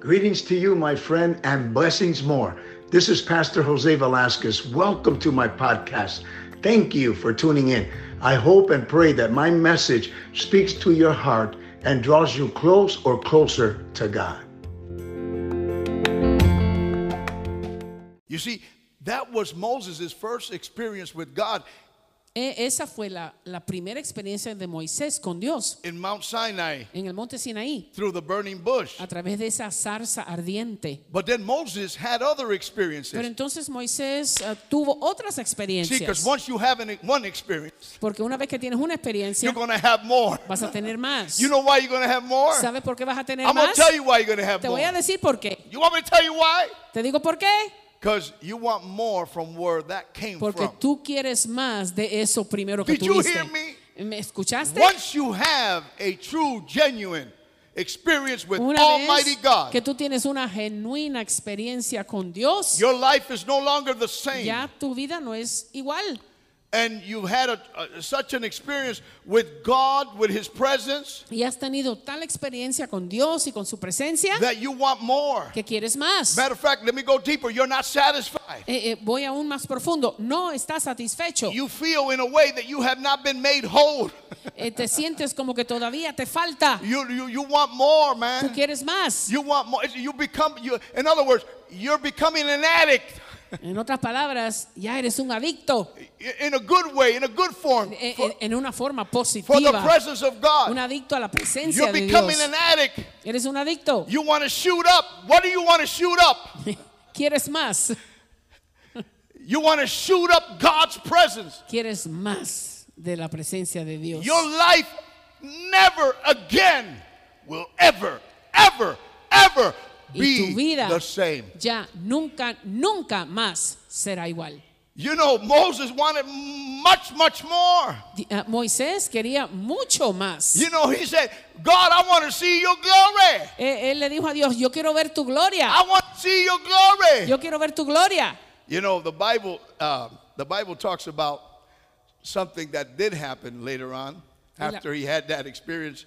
Greetings to you, my friend, and blessings more. This is Pastor Jose Velasquez. Welcome to my podcast. Thank you for tuning in. I hope and pray that my message speaks to your heart and draws you close or closer to God. You see, that was Moses' first experience with God E- Esa fue la, la primera experiencia de Moisés con Dios in Mount Sinai en el monte Sinaí, through the burning bush. a través de esa zarza ardiente. But then Moses had other Pero experiences. entonces Moisés ah, tuvo otras See, because experiencias. once you have an, e, one experience, Porque una vez que tienes una you're experiencia, going to have more. vas a tener más. You know why you're going to have more? ¿Sabes por qué vas a tener I'm going to más? tell you why you're going to have Te more. voy a decir por qué. You want me to tell you why? Te digo por qué. Because you want more from where that came Porque from. tú quieres más de eso primero que Did you tuviste. hear me? ¿Me escuchaste? Once you have a true, genuine experience with Una Almighty vez God, que tú tienes una genuina experiencia con Dios, your life is no longer the same. ya tu vida no es igual. and you've had a, a- such an experience with God, with His presence, y has tenido tal experiencia con Dios y con su presencia that you want more. que quieres más. Matter of fact, let me go deeper. You're not satisfied. Eh, eh, voy aún más profundo. No estás satisfecho. You feel in a way that you have not been made whole. Eh, te sientes como que todavía te falta. You, you, you want more, Tú man. quieres más. You want more. You become, you, in other words, you're becoming an addict En otras palabras, ya eres un adicto in a good way, in a good form, eh, for, eh, en una forma for the positiva. presence of Un God. adicto a la presencia You're de Dios. becoming an addict. Eres un adicto. You want to shoot up. What do you want to shoot up? Quieres más. You want to shoot up God's presence. Quieres más de la presencia de Dios. Your life never again will ever, ever, ever Y be tu vida the same. ya nunca, nunca más será igual. You know, Moses wanted much, much more. Di- ah, Moisés quería mucho más. You know, he said, God, I want to see your glory. Eh, Él le dijo a Dios, yo quiero ver tu gloria, I want to see your glory. yo quiero ver tu gloria. You know, the Bible, uh, the Bible talks about something that did happen later on Y la- after he had that experience.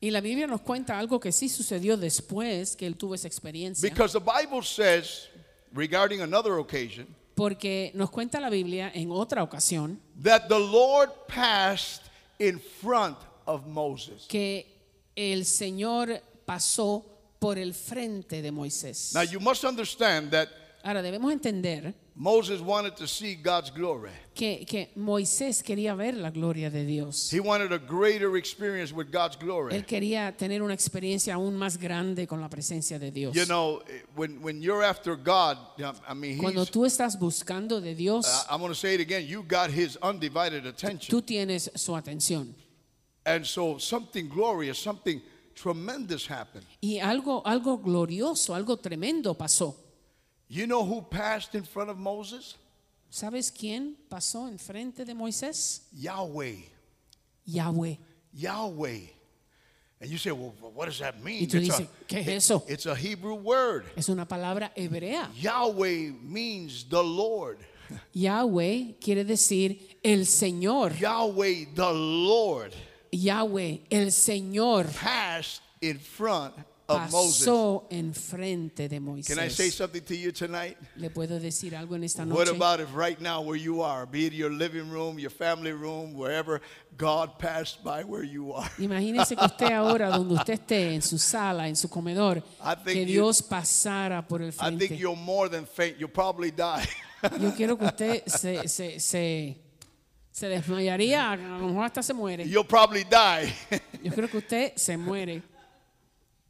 Y la Biblia nos cuenta algo que sí sucedió después que él tuvo esa experiencia. Because the Bible says, regarding another occasion, Porque nos cuenta la Biblia en otra ocasión that the Lord passed in front of Moses. que el Señor pasó por el frente de Moisés. Now you must understand that Ahora debemos entender Moses wanted to see God's glory. que, que Moisés quería ver la gloria de Dios. He wanted a greater experience with God's Él glory. quería tener una experiencia aún más grande con la presencia de Dios. You know, when when you're after God, I mean, Cuando he's, uh, tú estás buscando de Dios, I- I'm going to say it again. You got His undivided attention, tú tienes su atención. and so something glorious, something tremendous happened. Y algo, algo glorioso, algo tremendo pasó. You know who passed in front of Moses? ¿Sabes quién pasó enfrente de Moisés? Yahweh. Yahweh. Yahweh. And you say, well, what does that mean? Y tú It's a- dices, "¿Qué es eso?" It's a Hebrew word. Es una palabra hebrea. Yahweh means the Lord. Yahweh quiere decir el Señor. Yahweh, the Lord, Yahweh, el Señor, passed in front of Moses. pasó enfrente de Can I say Moisés. something to you tonight? ¿Le puedo decir algo en esta What noche? about if right now, where you are, be it your living room, your family room, wherever God passed by where you are? Imagínese que usted ahora, donde usted esté, en su sala, en su comedor, I think que you- Dios pasara por el I frente. think you're more than faint. You'll probably die. Yo quiero que usted se, se, se, se desmayaría, a lo mejor hasta se muere. you'll probably die. Yo creo que usted se muere.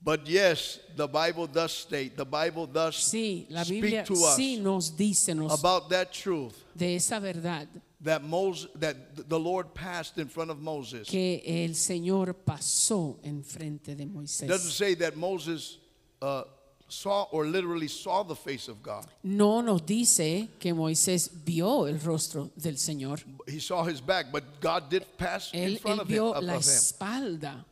but yes, the Bible does state, the Bible does Sí, la speak Biblia to us sí nos dice nos- about that truth. de esa verdad that Moses, that the Lord passed in front of Moses. que el Señor pasó enfrente de It doesn't Moisés. say that Moses uh, saw or literally saw the face of God. No nos dice que Moisés vio el rostro del Señor. He saw his back, but God did pass in Él, front él of him. vio of- la of him. espalda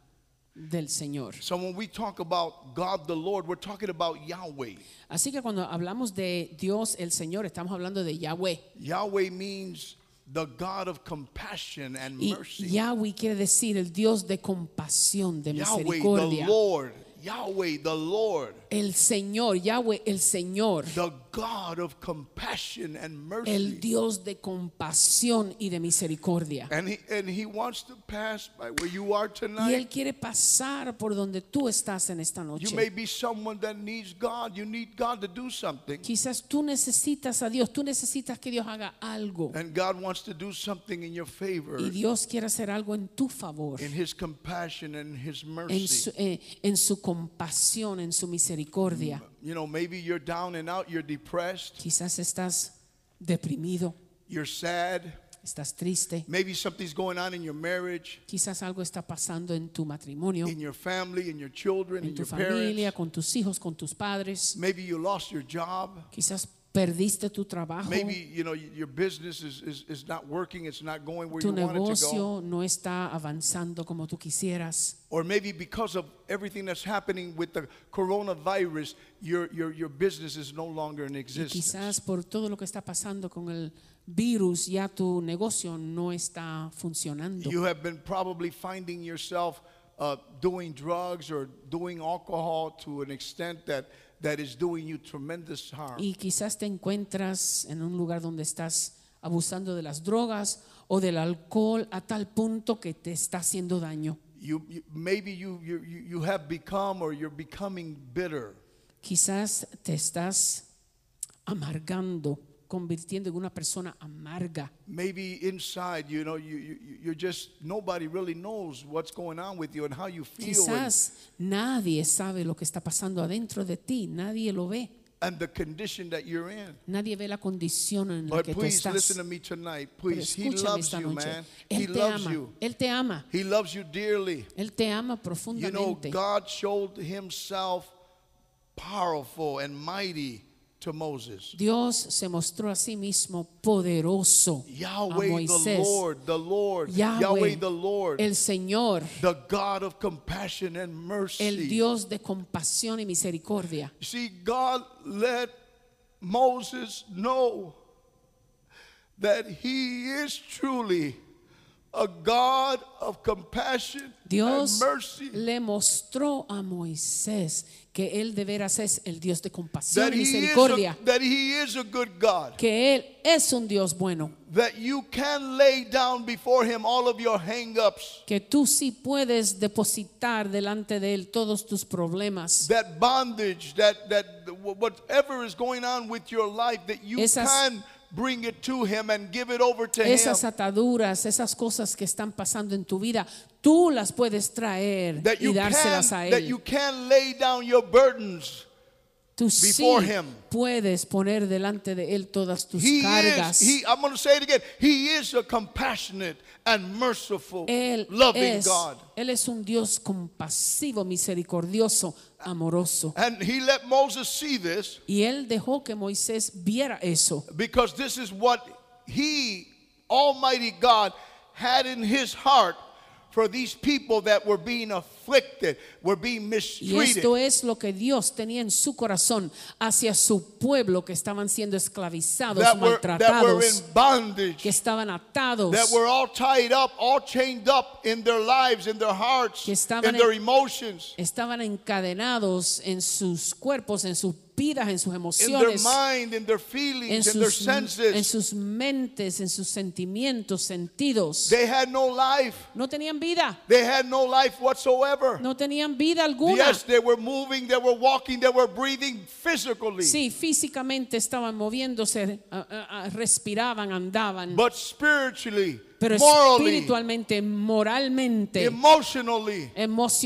del Señor. So when we talk about God the Lord, we're talking about Yahweh. Así que cuando hablamos de Dios el Señor, estamos hablando de Yahweh. Yahweh means the God of compassion and Y mercy. Yahweh quiere decir el Dios de compasión, de Yahweh, the misericordia. Lord. Yahweh, the Lord, El Señor, Yahweh, el Señor, the God of compassion and el mercy. Dios de compasión y de misericordia. And he, and he wants to pass by where you are Y Él tonight. quiere pasar por donde tú estás en esta You may noche. be someone that needs God. You need God to do something. Quizás tú necesitas a Dios, tú necesitas que Dios haga algo. And God wants to do something in your favor, Y Dios quiere hacer algo en tu favor, in his compassion and his en mercy. su, eh, en su compasión, en su misericordia. You know, maybe you're down and out, you're depressed, Quizás estás deprimido, you're sad, estás triste, maybe something's going on in your marriage, quizás algo está pasando en tu matrimonio, in your family, in your children, en in tu your familia, parents. con tus hijos, con tus padres. Maybe you lost your job. Quizás perdiste tu trabajo, Maybe you know y- your business is, is, is not working, it's not going where you tu want it to go. negocio no está avanzando como tú quisieras. Or maybe because of everything that's happening with the coronavirus, your your, your business is no longer in existence. Quizás por todo lo que está pasando con el virus ya tu negocio no está funcionando. You have been probably finding yourself uh, doing drugs or doing alcohol to an extent that that is doing you tremendous harm. Y quizás te encuentras en un lugar donde estás abusando de las drogas o del alcohol a tal punto que te está haciendo daño. You, you maybe you, you you you have become or you're becoming bitter. Quizás te estás amargando, convirtiendo en una persona amarga. maybe inside you know you, you you- you're just nobody really knows what's going on with you and how you feel and, Quizás nadie sabe lo que está pasando adentro de ti, nadie lo ve, and the condition that you're in nadie ve la condición en la but que tú please estás. listen to me tonight Pero please he escúchame loves esta you noche. man he Él te loves ama, you Él te ama, he loves you dearly Él te ama you know profundamente. god showed himself powerful and mighty to moses Dios se mostró a sí mismo poderoso a yahweh the Moisés. lord the lord Yahweh, the lord el Señor, the god of compassion and mercy el Dios de compasión y misericordia. You see, God let Moses know that he is truly a God of compassion Dios and mercy. le mostró a Moisés que él de veras es el Dios de compasión That y he, is misericordia, a, that he is a good God. que él es un Dios bueno, That you can lay down before him all of your hang-ups. que tú sí puedes depositar delante de él todos tus problemas, That bondage, that, that whatever is going on with your life, that you Esas- can bring it to him and give it over to him. esas ataduras, esas cosas que están pasando en tu vida, tú las puedes traer that y you dárselas a can, that you él. can lay down your burdens. Tú sí before him. puedes poner delante de él todas tus He cargas. is. He, I'm going to say it again. He is a compassionate and merciful, Él loving es, God. Él es un Dios compasivo, misericordioso, amoroso. And he let Moses see this Y él dejó que Moisés viera eso, because this is what he, Almighty God, had in his heart for these people that were being afflicted, were being y mistreated. esto es lo que Dios tenía en su corazón hacia su pueblo que estaban siendo esclavizados, that were, that were in maltratados, bondage, que estaban atados, that were all tied up, all chained up in their lives, in their hearts, Que estaban in their en- emotions, estaban encadenados en sus cuerpos, en sus vidas, en sus in their emociones, mind, in their en feelings, in their sus, en senses. sus mentes, en sus sentimientos, sentidos. They had no life. no tenían vida. They had no life whatsoever. No tenían vida alguna. Yes, they were moving, they were walking, they were breathing physically. Sí, físicamente estaban moviéndose, ah, ah, ah, respiraban, andaban, But spiritually, pero morally, espiritualmente, moralmente, emotionally,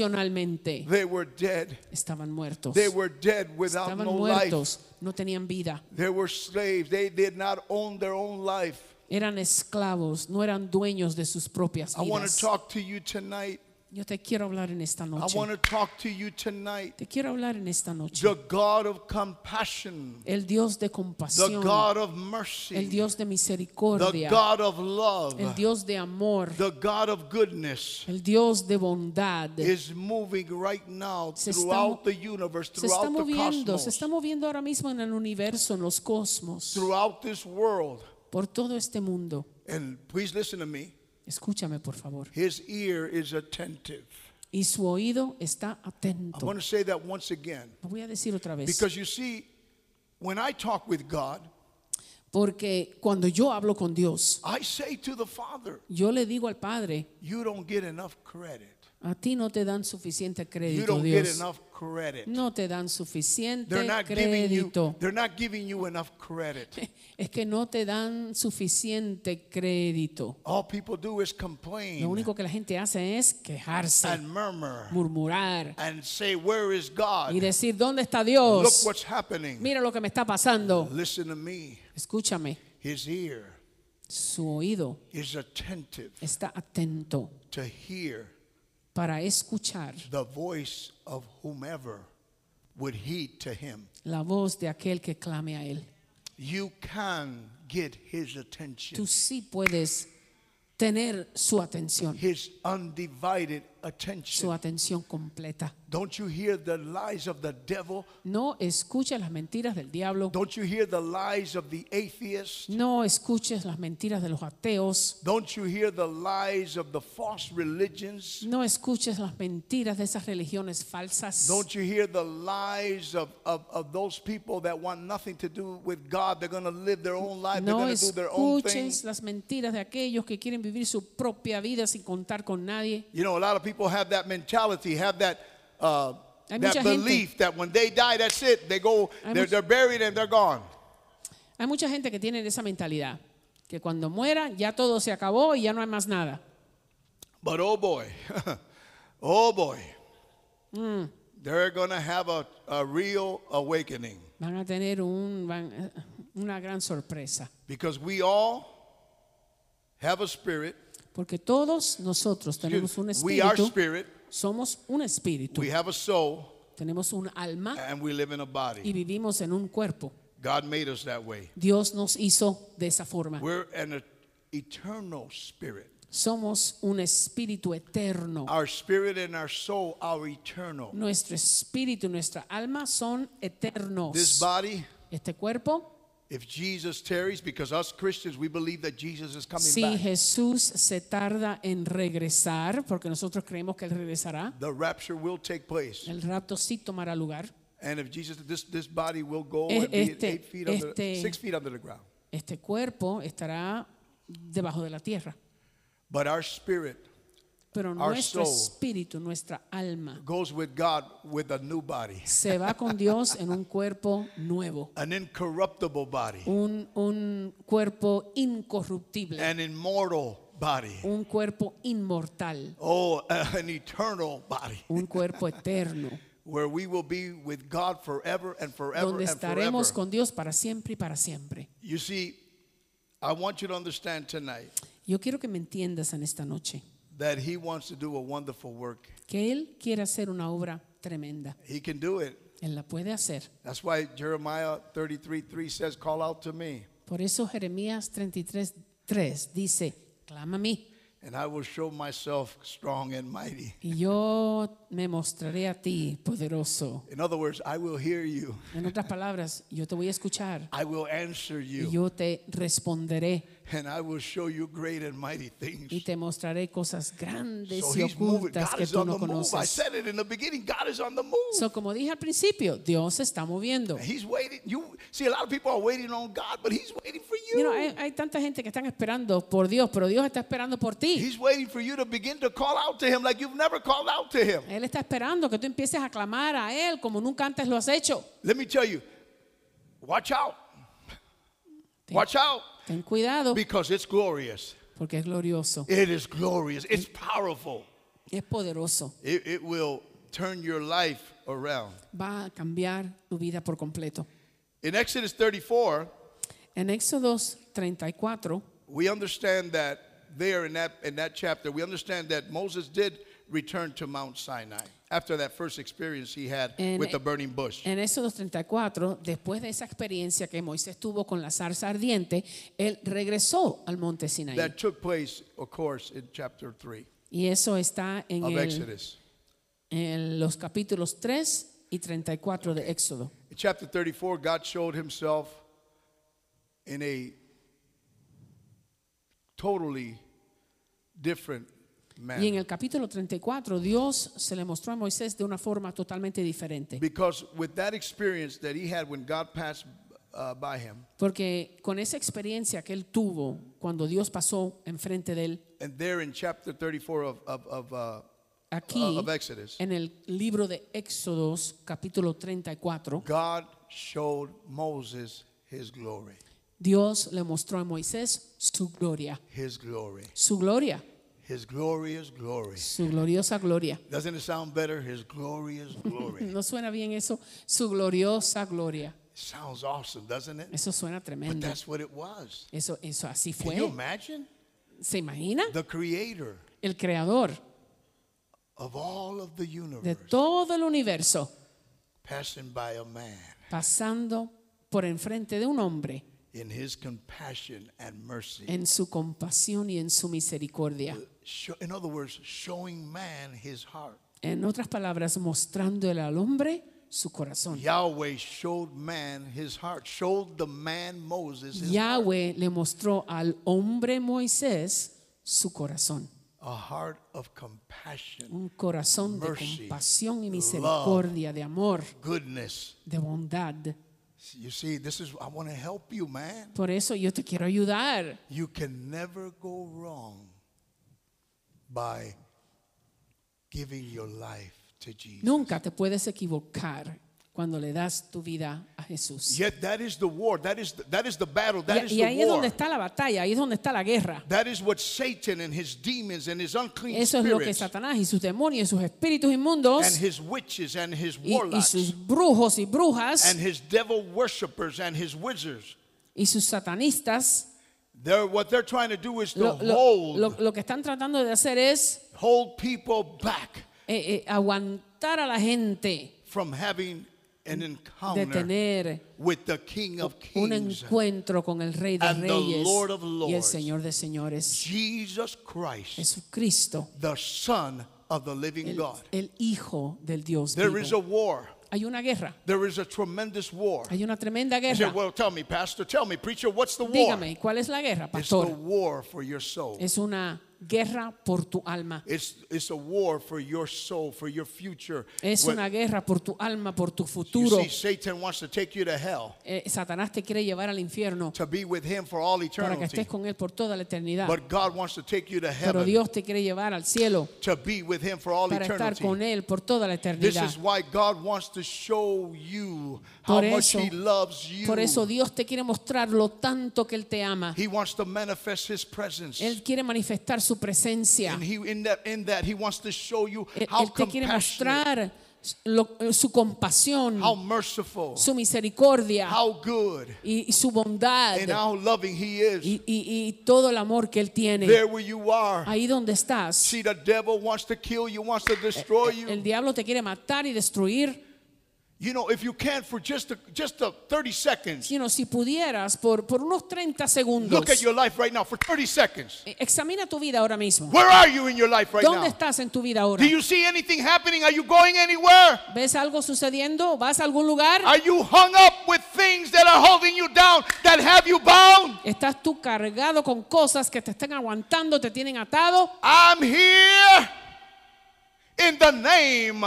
emocionalmente, they were dead. estaban muertos. They were dead without Estaban no life. muertos, no tenían vida. They were slaves. They did not own their own life. Eran esclavos, no eran dueños de sus propias I want to vidas. talk to you tonight. Yo te quiero hablar en esta I want noche. to talk to you tonight. Te quiero hablar en esta noche. The God of compassion, El Dios de the compasión, God of el mercy, Dios de the misericordia, God of el love, Dios de amor, the God of goodness el Dios de bondad. is moving right now Se está throughout mo- the universe, se está throughout the moviendo, cosmos, se está moviendo ahora mismo en el universo, en los cosmos, throughout this world. por todo este mundo. And please listen to me. Escúchame, por favor. His ear is attentive. y su oído está I atento. want to say that once again Lo voy a decir otra vez. because you see, when I talk with God, Porque cuando yo hablo con Dios, I say to the Father, yo le digo al Padre, You don't get enough credit. a ti no te dan suficiente You crédito, don't get Dios. enough credit. No te dan They're suficiente not giving you. crédito. They're not giving you enough credit. Es que no te dan suficiente crédito. All people do is complain Lo único que la gente hace es quejarse, and murmur murmurar and say, "Where is God? y decir, ¿dónde está Look Dios? what's happening. Mira lo que me está pasando. Listen to me. Escúchame, His ear su oído is attentive está atento to hear para escuchar the voice of whomever would heed to him. la voz de aquel que clame a él. You can get his Tú attention, sí puedes tener su atención, his undivided su attention. atención completa. Don't you hear the lies of the devil? No escuches las mentiras del diablo, Don't you hear the lies of the atheist? no escuches las mentiras de los ateos, Don't you hear the lies of the false religions? no escuches las mentiras de esas religiones falsas. Don't you hear the lies of, of, of those people that want nothing to do with God? They're going to live their own life. They're No going to do their own thing. escuches las mentiras de aquellos que quieren vivir su propia vida sin contar con nadie. You know, a lot of people have that mentality, have that uh, Hay that mucha gente- belief that when they die, that's it. They go, Hay they're, much- they're buried and they're gone. Hay mucha gente que tiene esa mentalidad, que cuando muera ya todo se acabó y ya no hay más nada. But oh boy, oh boy, Hmm. they're gonna have a, a real awakening Van a tener un- van- eh, una gran sorpresa, because we all have a spirit. porque todos nosotros tenemos un we are espíritu, spirit. somos un espíritu, We Ah. have a soul, tenemos un alma and we live in a y body. vivimos en un cuerpo. God made us that way. Dios nos hizo de esa forma. We're an e- eternal spirit. Somos un espíritu eterno. Our spirit and our soul are eternal. Nuestro espíritu y nuestra alma son This eternos. body, Este cuerpo, if Jesus tarries, because us Christians, we believe that Jesus is coming si back. Jesús se tarda en regresar, porque nosotros creemos que Él regresará, The rapture will take place. el rapto sí tomará lugar. And if Jesus, this, this body will go Es- and be E-, este- eight feet under, este- six feet under the ground. Este cuerpo estará debajo de la tierra. But our spirit Pero Our nuestro soul. espíritu, nuestra alma, goes with God with a new body, se va con Dios en un cuerpo nuevo, an incorruptible body, un, un cuerpo incorruptible, an immortal body, un cuerpo inmortal, oh, an eternal body, un cuerpo eterno. where we will be with God forever and forever donde and forever. estaremos con Dios para siempre y para siempre. You see, I want you to understand tonight Yo quiero que me entiendas en esta noche, that He wants to do a wonderful work. que Él quiere hacer una obra tremenda. He can do it. Él la puede hacer. That's why Jeremiah 33 3 says, Call out to me, Por eso Jeremías 33, 3 dice, clama a mí and I will show myself strong and mighty. y yo me mostraré a ti, poderoso. In other words, I will hear you. En otras palabras, yo te voy a escuchar I will answer y you. yo te responderé And I will show you great and mighty y things. te mostraré cosas grandes So y he's moving. ocultas God que is tú on no the move. I conoces. said it in the beginning. God is on the move. So, como dije al principio, Dios se está moviendo. He's waiting. You see, a lot of people are waiting on God, but He's waiting for You know, you. hay, hay tanta gente que están esperando por Dios, pero Dios está esperando por ti. He's waiting for you to begin to call out to Him like you've never called out to Him. Él está esperando que tú empieces a clamar a Él como nunca antes lo has hecho. Let me tell you. Watch out. Ten, Watch out, ten cuidado because it's glorious. porque es glorioso, It is glorious. It's powerful. es poderoso. It, it will turn your life around. Va a cambiar tu vida por completo. In Exodus 34, En Éxodo 34 we understand that there in that in that chapter, we understand that Moses did return to Mount Sinai after that first experience he had And- with the burning bush. En Éxodo 34, después de esa experiencia que Moisés tuvo con la zarza ardiente, él regresó al monte Sinaí. That took place, of course, in chapter three Y eso está en, of el- Exodus. en los capítulos 3 y 34 de Éxodo. In chapter 34, God showed himself in a totally different man. Y en el capítulo 34 Dios se le mostró a Moisés de una forma totalmente diferente. Because with that experience that he had when God passed uh, by him, Porque con esa experiencia que él tuvo cuando Dios pasó enfrente de él, and there in chapter 34 of, of, of uh, aquí Of Exodus. en el libro de Éxodos capítulo 34, God showed Moses his glory. Dios le mostró a Moisés su gloria, His glory. su gloria, His glorious glory. su gloriosa gloria. Doesn't it sound better? His glorious glory. ¿No suena bien eso? Su gloriosa gloria. Sounds awesome, doesn't it? Eso suena But tremendo. that's what it was. Eso, eso así Can you fue. imagine? ¿Se imagina? The creator El creador of all of the de universe todo el universo passing by a man pasando por enfrente de un hombre in his compassion and mercy. en su compasión y en su misericordia. Sho- In other words, showing man his heart. En otras palabras, mostrándole al hombre su corazón. Yahweh showed man his heart, showed the man Moses his Yahweh le mostró al hombre Moisés su corazón, a heart of compassion, un corazón de Mercy, compasión y misericordia, de amor, goodness. de bondad. You see, this is, I want to help you, man. Por eso yo te quiero ayudar. You can never go wrong by giving your life to Jesus. Nunca te puedes equivocar cuando le das tu vida a Jesús. Yet that is the war. That is the, that is the battle. That is Y, y ahí the es war. donde está la batalla, ahí es donde está la guerra. That is what Satan and his demons and his unclean Eso es lo que spirits Satanás y sus demonios y sus espíritus and inmundos his witches and his y, y warlocks sus brujos y brujas and his devil worshippers and his wizards. y sus satanistas They're, what they're trying to do is to lo, lo- hold lo- lo que están tratando de hacer es hold people back eh, eh, aguantar a la gente from having an de encounter tener with the King of un Kings, encuentro con el Rey de and the Reyes Lord of y el Lords. Señor de Señores, Jesus Christ, Jesucristo, the Son of the Living el, God. el Hijo del Dios There vivo. is a war. Hay una guerra, There is a tremendous war. hay una tremenda You guerra. say, well, tell me, Pastor, tell me, preacher, what's the war? Dígame, ¿cuál es la guerra, It's the pastor? war for your soul. Es una guerra por tu alma. It's, it's a war for your soul, for your future. Es What- una guerra por tu alma, por tu you futuro. see, Satan wants to take you to hell Eh, Satanás te quiere llevar al infierno to be with him for all para que estés eternity. con él por toda la eternidad. But God wants to take you to Pero heaven Dios te quiere llevar al cielo to be with him for all para estar eternity. con él por toda la This eternidad. is why God wants to show you how Por much eso- He loves you. Por eso Dios te quiere mostrar lo tanto que él te ama. He wants to manifest His presence. Él quiere manifestar su presencia. and he, in, that, in that, He wants to show you Él, how él te quiere compassionate, mostrar lo- eh, su compasión, how merciful, su misericordia how good, y, y su bondad and how loving He is. y, y- y todo el amor que él tiene. there where you are. Ahí donde estás, See, the devil wants to kill you, wants to destroy you. Eh, el diablo te quiere matar y destruir. you know, if you can for just a, just a 30 seconds, Sino si pudieras, por, por unos 30 segundos, look at your life right now for 30 seconds. eh, examina tu vida ahora mismo. Where are you in your life right ¿Dónde now? estás en tu vida ahora? Do you see anything happening? Are you going anywhere? ¿Ves algo sucediendo? ¿Vas a algún lugar? Are you hung up with things that are holding you down, that have you bound? ¿Estás tú cargado con cosas que te están aguantando, te tienen atado? I'm here in the name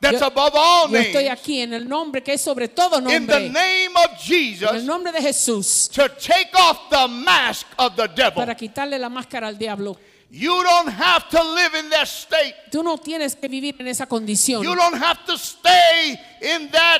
that's Yo- above all Yo estoy names, aquí en el nombre que es sobre todo in the nombre, name of en el Jesus, nombre de Jesús, to take off the mask of the devil. para quitarle la máscara al diablo. You don't have to live in that state. Tú no tienes que vivir en esa condición. You don't have to stay in that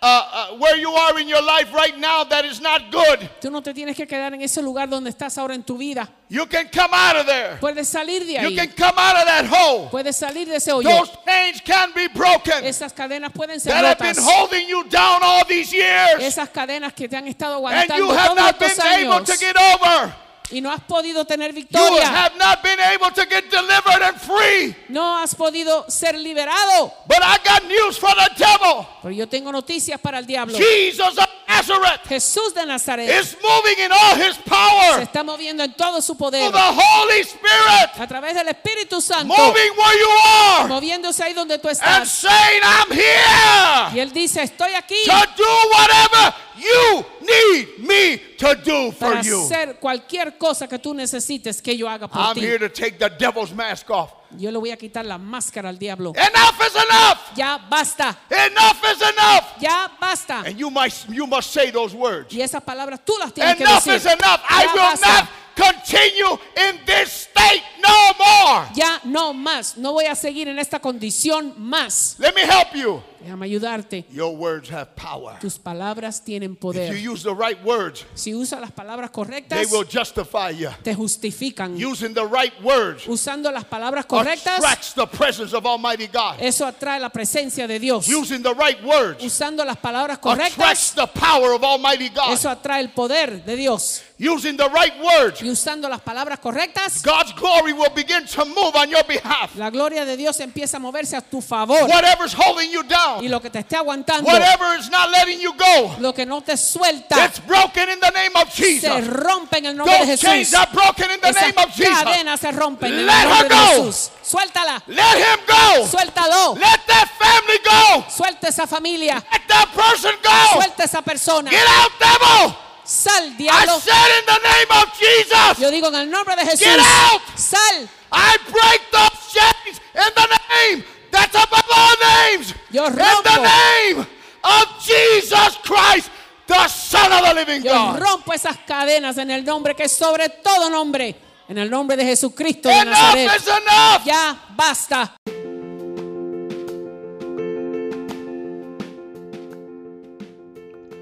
uh, uh, where you are in your life right now that is not good. Tú no te tienes que quedar en ese lugar donde estás ahora en tu vida. You can come out of there. Puedes salir de You ahí. can come out of that hole. Puedes salir de ese hoyo. Those chains can be broken Esas cadenas pueden ser that have been rotas. holding you down all these years Esas cadenas que te han estado and aguantando you have todos not been estos able años to get over. y no has podido tener You victoria. have not been able to get delivered and free. No has podido ser liberado. But I got news for the devil. Pero yo tengo noticias para el diablo. Jesus of Nazareth Jesús de Nazaret is moving in all his power. se está moviendo en todo su through poder the Holy Spirit a través del Espíritu Santo, moving where you are moviéndose ahí donde tú and estás. saying, I'm Y here él dice, estoy aquí to do whatever you need me to do for para you. hacer cualquier cosa que tú necesites que yo haga por I'm ti. here to take the devil's mask off. Yo le voy a quitar la máscara al diablo. Enough is enough. Ya basta, Enough is enough. ya basta. And you must you must say those words. Y esas palabras tú las tienes que Enough decir. is enough. I Ya will basta. not continue in this state no more. Ya no más. No voy a seguir en esta condición más. Let me help you. Déjame ayudarte. Your words have power. Tus palabras tienen If you poder. use the right words, Si usas las palabras correctas, they will justify you. te justifican. Using the right words Usando las palabras correctas, attracts the presence of Almighty God. eso atrae la presencia de Dios. Using the right words Usando las palabras attracts correctas, the power of Almighty God. eso atrae el poder de Dios. Using the right words, Y usando las palabras correctas, God's glory will begin to move on your behalf. la gloria de Dios empieza a moverse a tu favor. Whatever's holding you Y down, lo que te esté aguantando, whatever is not letting you go, lo que no te suelta, it's broken in the name of se Jesus. rompe en el nombre de Those chains Jesús. are broken in the Esas name of Jesus. cadenas se rompen en el Let nombre her de go. Jesús. Suéltala, Let him go. suéltalo, Let that family go. suelta esa familia, Let that person go. suelta esa persona. Get out, devil. Sal, I diablo. said in the name of Jesus, Yo digo en el nombre de Jesús. Get out. Sal. I break those chains in the name that's above all names. Yo In the rompo. name of Jesus Christ, the Son of the living Yo God. rompo esas cadenas en el nombre que es sobre todo nombre. En el nombre de Jesucristo de Enough Nazaret. is enough. Ya basta.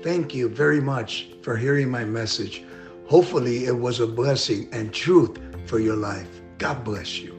Thank you very much for hearing my message. Hopefully, it was a blessing and truth for your life. God bless you.